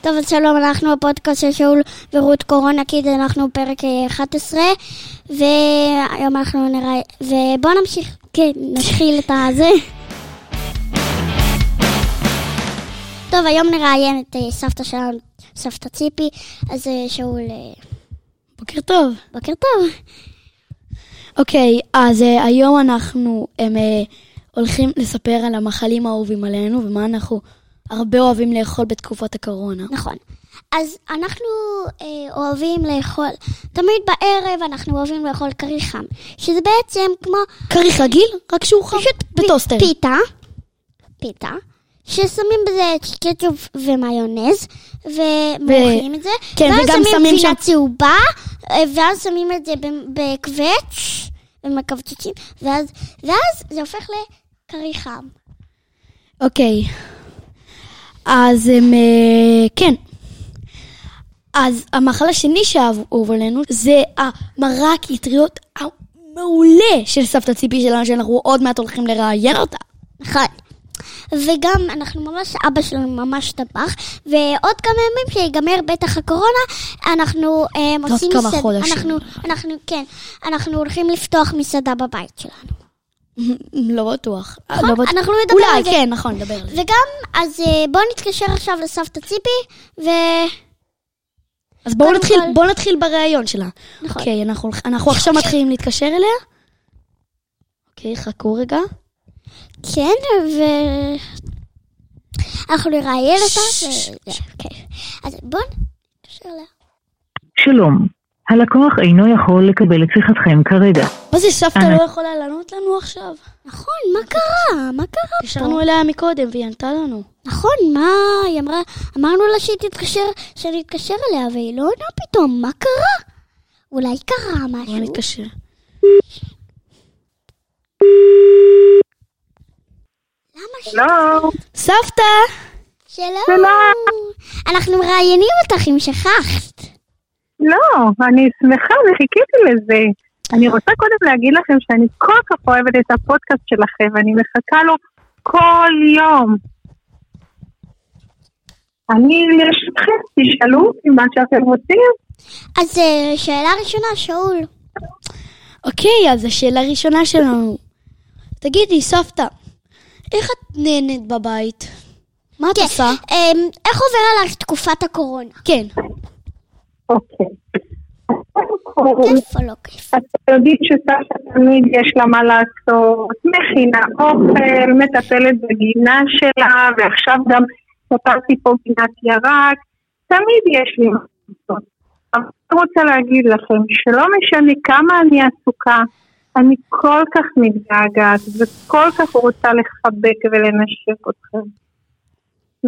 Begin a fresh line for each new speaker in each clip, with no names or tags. טוב, אז שלום, אנחנו הפודקאסט של שאול ורות קורונה, כי זה אנחנו פרק אה, 11, והיום אנחנו נראה... ובואו נמשיך. כן, נתחיל את הזה. טוב, היום נראיין את אה, סבתא שלנו, סבתא ציפי, אז אה, שאול, אה,
בוקר טוב.
בוקר טוב.
אוקיי, אז uh, היום אנחנו הם, uh, הולכים לספר על המאכלים האהובים עלינו ומה אנחנו הרבה אוהבים לאכול בתקופת הקורונה.
נכון. אז אנחנו אה, אוהבים לאכול, תמיד בערב אנחנו אוהבים לאכול כרי חם, שזה בעצם כמו
כריך רגיל, רק שהוא חם,
פשוט פ-
בטוסטר.
פיתה, פיתה, ששמים בזה קטשופ ומאיונז, ומורחים את זה,
כן,
ואז
וגם
שמים
שמים
פינה
שם-
צהובה, אה, ואז שמים את זה ב- בקווץ', ומקווצ'צ'ים, ואז, ואז זה הופך לכרי חם.
אוקיי. אז הם... אה, כן. אז המאכל השני שאהוב עלינו זה המרק אטריות המעולה של סבתא ציפי שלנו, שאנחנו עוד מעט הולכים לראיין אותה.
נכון. וגם אנחנו ממש, אבא שלנו ממש טבח, ועוד כמה ימים שיגמר בטח הקורונה, אנחנו אה, עושים
כמה
מסעד-
חודשים.
אנחנו, אנחנו, כן, אנחנו הולכים לפתוח מסעדה בבית שלנו.
לא בטוח.
נכון,
לא בטוח.
אנחנו נדבר על
אולי,
זה.
כן, נכון, נדבר על זה.
וגם, אז אה, בואו נתקשר עכשיו לסבתא ציפי, ו...
אז בואו
קודם
נתחיל,
כל-
בואו נתחיל בראיון שלה.
נכון.
אוקיי, אנחנו, הולכ- אנחנו עכשיו מתחילים להתקשר אליה. אוקיי, חכו רגע.
כן, ו... אנחנו נראיין אותה, ו... אוקיי. אז בואו נתקשר אליה.
שלום, הלקוח אינו יכול לקבל את שיחתכם כרגע.
מה זה, סבתא
אה.
לא יכולה לענות לנו עכשיו?
נכון, מה קרה? מה קרה פה?
התקשרנו אליה מקודם והיא ענתה לנו.
נכון, מה היא אמרה? אמרנו לה שהיא תתקשר, שאני אתקשר אליה, והיא לא עונה פתאום, מה קרה? אולי קרה
בואו
משהו.
נתקשר.
למה ש...
לא,
סבתא!
שלום. אנחנו מראיינים אותך אם שכחת.
לא, אני שמחה וחיכיתי לזה. אני רוצה קודם להגיד לכם שאני כל כך אוהבת את הפודקאסט שלכם, ואני מחכה לו כל יום. אני לרשותכם, תשאלו אותי מה שאתם רוצים.
אז אה, שאלה ראשונה, שאול.
אוקיי, אז השאלה הראשונה שלנו. תגידי, סבתא, איך את נהנית בבית? מה את עושה?
אמ, איך עובר עלייך תקופת הקורונה?
כן.
אוקיי.
כיף או לא כיף?
אתם יודעים שסבתא תמיד יש לה מה לעשות, מכינה אוכל, מטפלת בגינה שלה, ועכשיו גם פתרתי פה גינת ירק, תמיד יש לי מה לעשות. אבל אני רוצה להגיד לכם שלא משנה כמה אני עסוקה, אני כל כך מתגעגעת וכל כך רוצה לחבק ולנשק אתכם.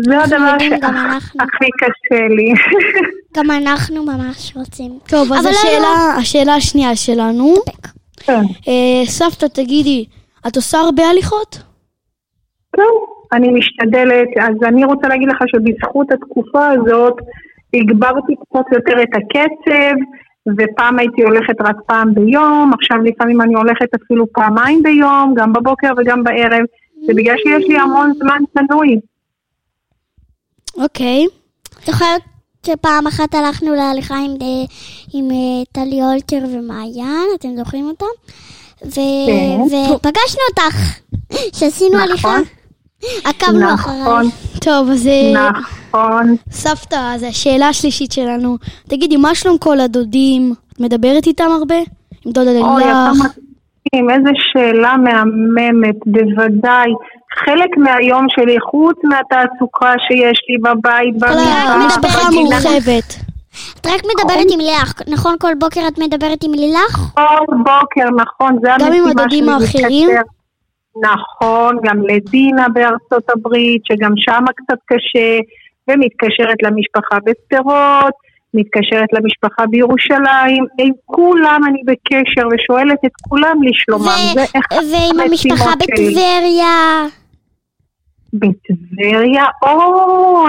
זה
אנחנו
הדבר
יודעים, גם אנחנו.
שהכי קשה לי.
גם אנחנו ממש רוצים.
טוב, אז
אבל לא, אוקיי.
השאלה, השאלה השנייה שלנו.
כן.
אה, סבתא, תגידי, את עושה הרבה הליכות?
זהו, אני משתדלת. אז אני רוצה להגיד לך שבזכות התקופה הזאת הגברתי קצת יותר את הקצב, ופעם הייתי הולכת רק פעם ביום, עכשיו לפעמים אני הולכת אפילו פעמיים ביום, גם בבוקר וגם בערב, ובגלל שיש לי המון זמן פנוי.
אוקיי.
זוכרת שפעם אחת הלכנו להליכה עם, אה, עם אה, טלי אולצ'ר ומעיין, אתם זוכרים אותם? ו...
כן.
ופגשנו אה, אותך, שעשינו
נכון.
הליכה.
לא.
עקבנו
נכון,
אחרייך.
טוב, אז אה,
נכון.
סבתא, אז השאלה השלישית שלנו, תגידי, מה שלום כל הדודים? את מדברת איתם הרבה? עם דודה
אוי, אתה
לילך?
מקסים, איזה שאלה מהממת, בוודאי. חלק מהיום שלי, חוץ מהתעסוקה שיש לי בבית,
כל
במדבר,
המשפחה
בגינה,
המורחבת.
את רק מדברת עם לילך, נכון? כל בוקר את מדברת עם לילך?
כל בוקר, נכון, זה
גם עם
המשימה
הדודים
שלי,
האחרים?
להתקשר. נכון, גם לדינה בארצות הברית, שגם שם קצת קשה, ומתקשרת למשפחה בשדרות, מתקשרת למשפחה בירושלים, עם כולם אני בקשר ושואלת את כולם לשלומם.
ו-
זה
אה,
אחד
ועם המשפחה
המשימות שלי.
בטבריה.
בטבריה, או,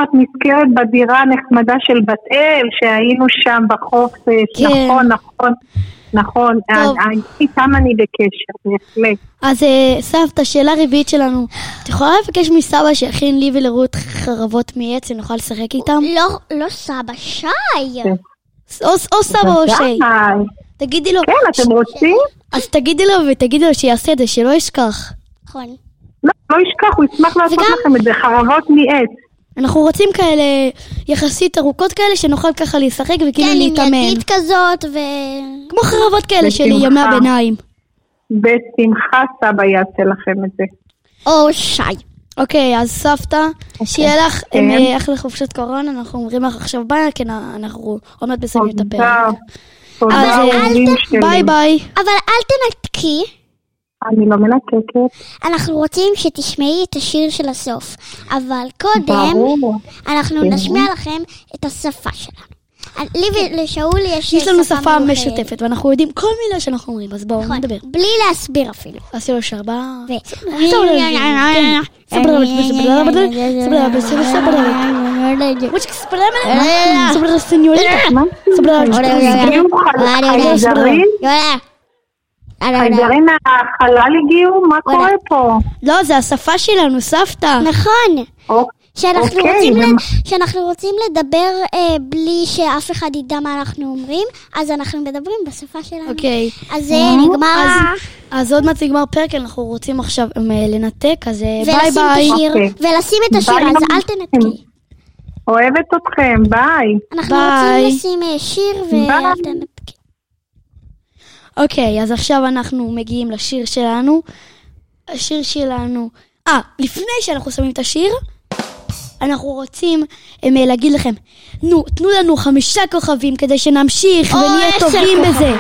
את נזכרת בדירה הנחמדה של בת אל, שהיינו שם בחופש,
כן.
נכון, נכון. נכון,
טוב.
אה, איתם אני בקשר, בהחלט.
אז אה, סבתא, שאלה רביעית שלנו. את יכולה לבקש מסבא שיכין לי ולרות חרבות מעץ ונוכל לשחק איתם?
לא, לא סבא, שי.
כן.
או, או סבא או שי.
די.
תגידי לו,
כן, אתם רוצים?
אז תגידי לו ותגידי לו שיעשה את זה, שלא ישכח.
נכון.
לא, לא ישכח, הוא ישמח לעשות
וגם-
לכם את זה, חרבות מעץ.
אנחנו רוצים כאלה יחסית ארוכות כאלה שנוכל ככה לשחק וכאילו
כן, עם
להתאמן.
ידית כזאת, ו...
כמו חרבות כאלה של
בשמחה.
ימי הביניים.
בשמחה סבא יעשה לכם את זה.
או שי.
אוקיי, אז סבתא, שיהיה לך
כן.
אה, אחלה חופשת קורונה, אנחנו אומרים לך עכשיו ביי, כי נ- אנחנו עוד מעט מסיימים את
תודה.
הפרק. אז,
תודה,
אה,
אוהבים
אל
שלי.
ביי ביי.
אבל אל תנתקי,
אני לא מנתקת,
אנחנו רוצים שתשמעי את השיר של הסוף. אבל קודם,
לא,
ברור.
אנחנו
כן.
נשמיע לכם את השפה שלנו. אה, לי ולשאול יש
יש לנו שפה
מיוחדת.
משותפת, ואנחנו יודעים כל מילה שאנחנו אומרים, אז בואו
נכון,
נדבר.
בלי להסביר אפילו.
אז שלוש, ארבע.
ו-
Muchas gracias sobre la señorita.
מה?
Sobre la
הגיעו חייזרים? חייזרים מהחלל הגיעו? מה
וואלה.
קורה פה?
לא, זה השפה שלנו, סבתא.
נכון,
אוקיי,
שאנחנו
אוקיי,
רוצים
ומה-
ל- שאנחנו רוצים לדבר אה, בלי שאף אחד ידע מה אנחנו אומרים, אז אנחנו מדברים בשפה שלנו.
אוקיי.
אז זה אה, נגמר,
אה,
אז- אז עוד מעט נגמר פרק, אנחנו רוצים עכשיו אמ, לנתק, אז אה, ביי
ולשים את
ביי.
השיר,
אוקיי.
ולשים את השיר,
ביי,
אז
גם-
אל תנתקי.
אוהבת אתכם, ביי.
אנחנו
ביי.
רוצים לשים אה, שיר ואל
ביי.
תנתקי.
אוקיי, אז עכשיו אנחנו מגיעים לשיר שלנו. השיר שלנו... אה, לפני שאנחנו שמים את השיר, אנחנו רוצים אמ, להגיד לכם, נו, תנו לנו חמישה כוכבים כדי שנמשיך
או
ונהיה
עשר
טובים
כוכבים.
בזה.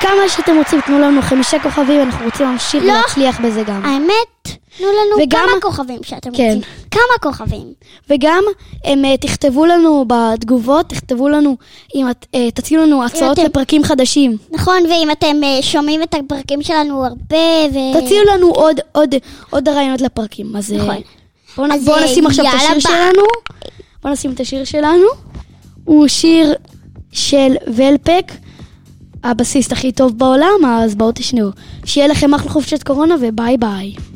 כמה שאתם רוצים, תנו לנו חמישה כוכבים, אנחנו רוצים להמשיך
לא.
ולהצליח בזה גם.
האמת, תנו לנו
וגם-
כמה כוכבים שאתם
כן.
רוצים. כמה כוכבים.
וגם הם, אה, תכתבו לנו בתגובות, תכתבו לנו, אם את, אה, תציעו לנו הצעות
אתם-
לפרקים חדשים.
נכון, ואם אתם אה, שומעים את הפרקים שלנו הרבה, ו...
תציעו לנו עוד, עוד, עוד רעיונות לפרקים. אז אה,
אה. נכון.
בואו נ-
אז,
בואו
אה,
נשים עכשיו את
יאללה,
השיר
ביי.
שלנו. בואו נשים את השיר שלנו. הוא שיר של ולפק, הבסיסט הכי טוב בעולם, אז בואו תשנעו. שיהיה לכם אחלה חופשת קורונה וביי ביי.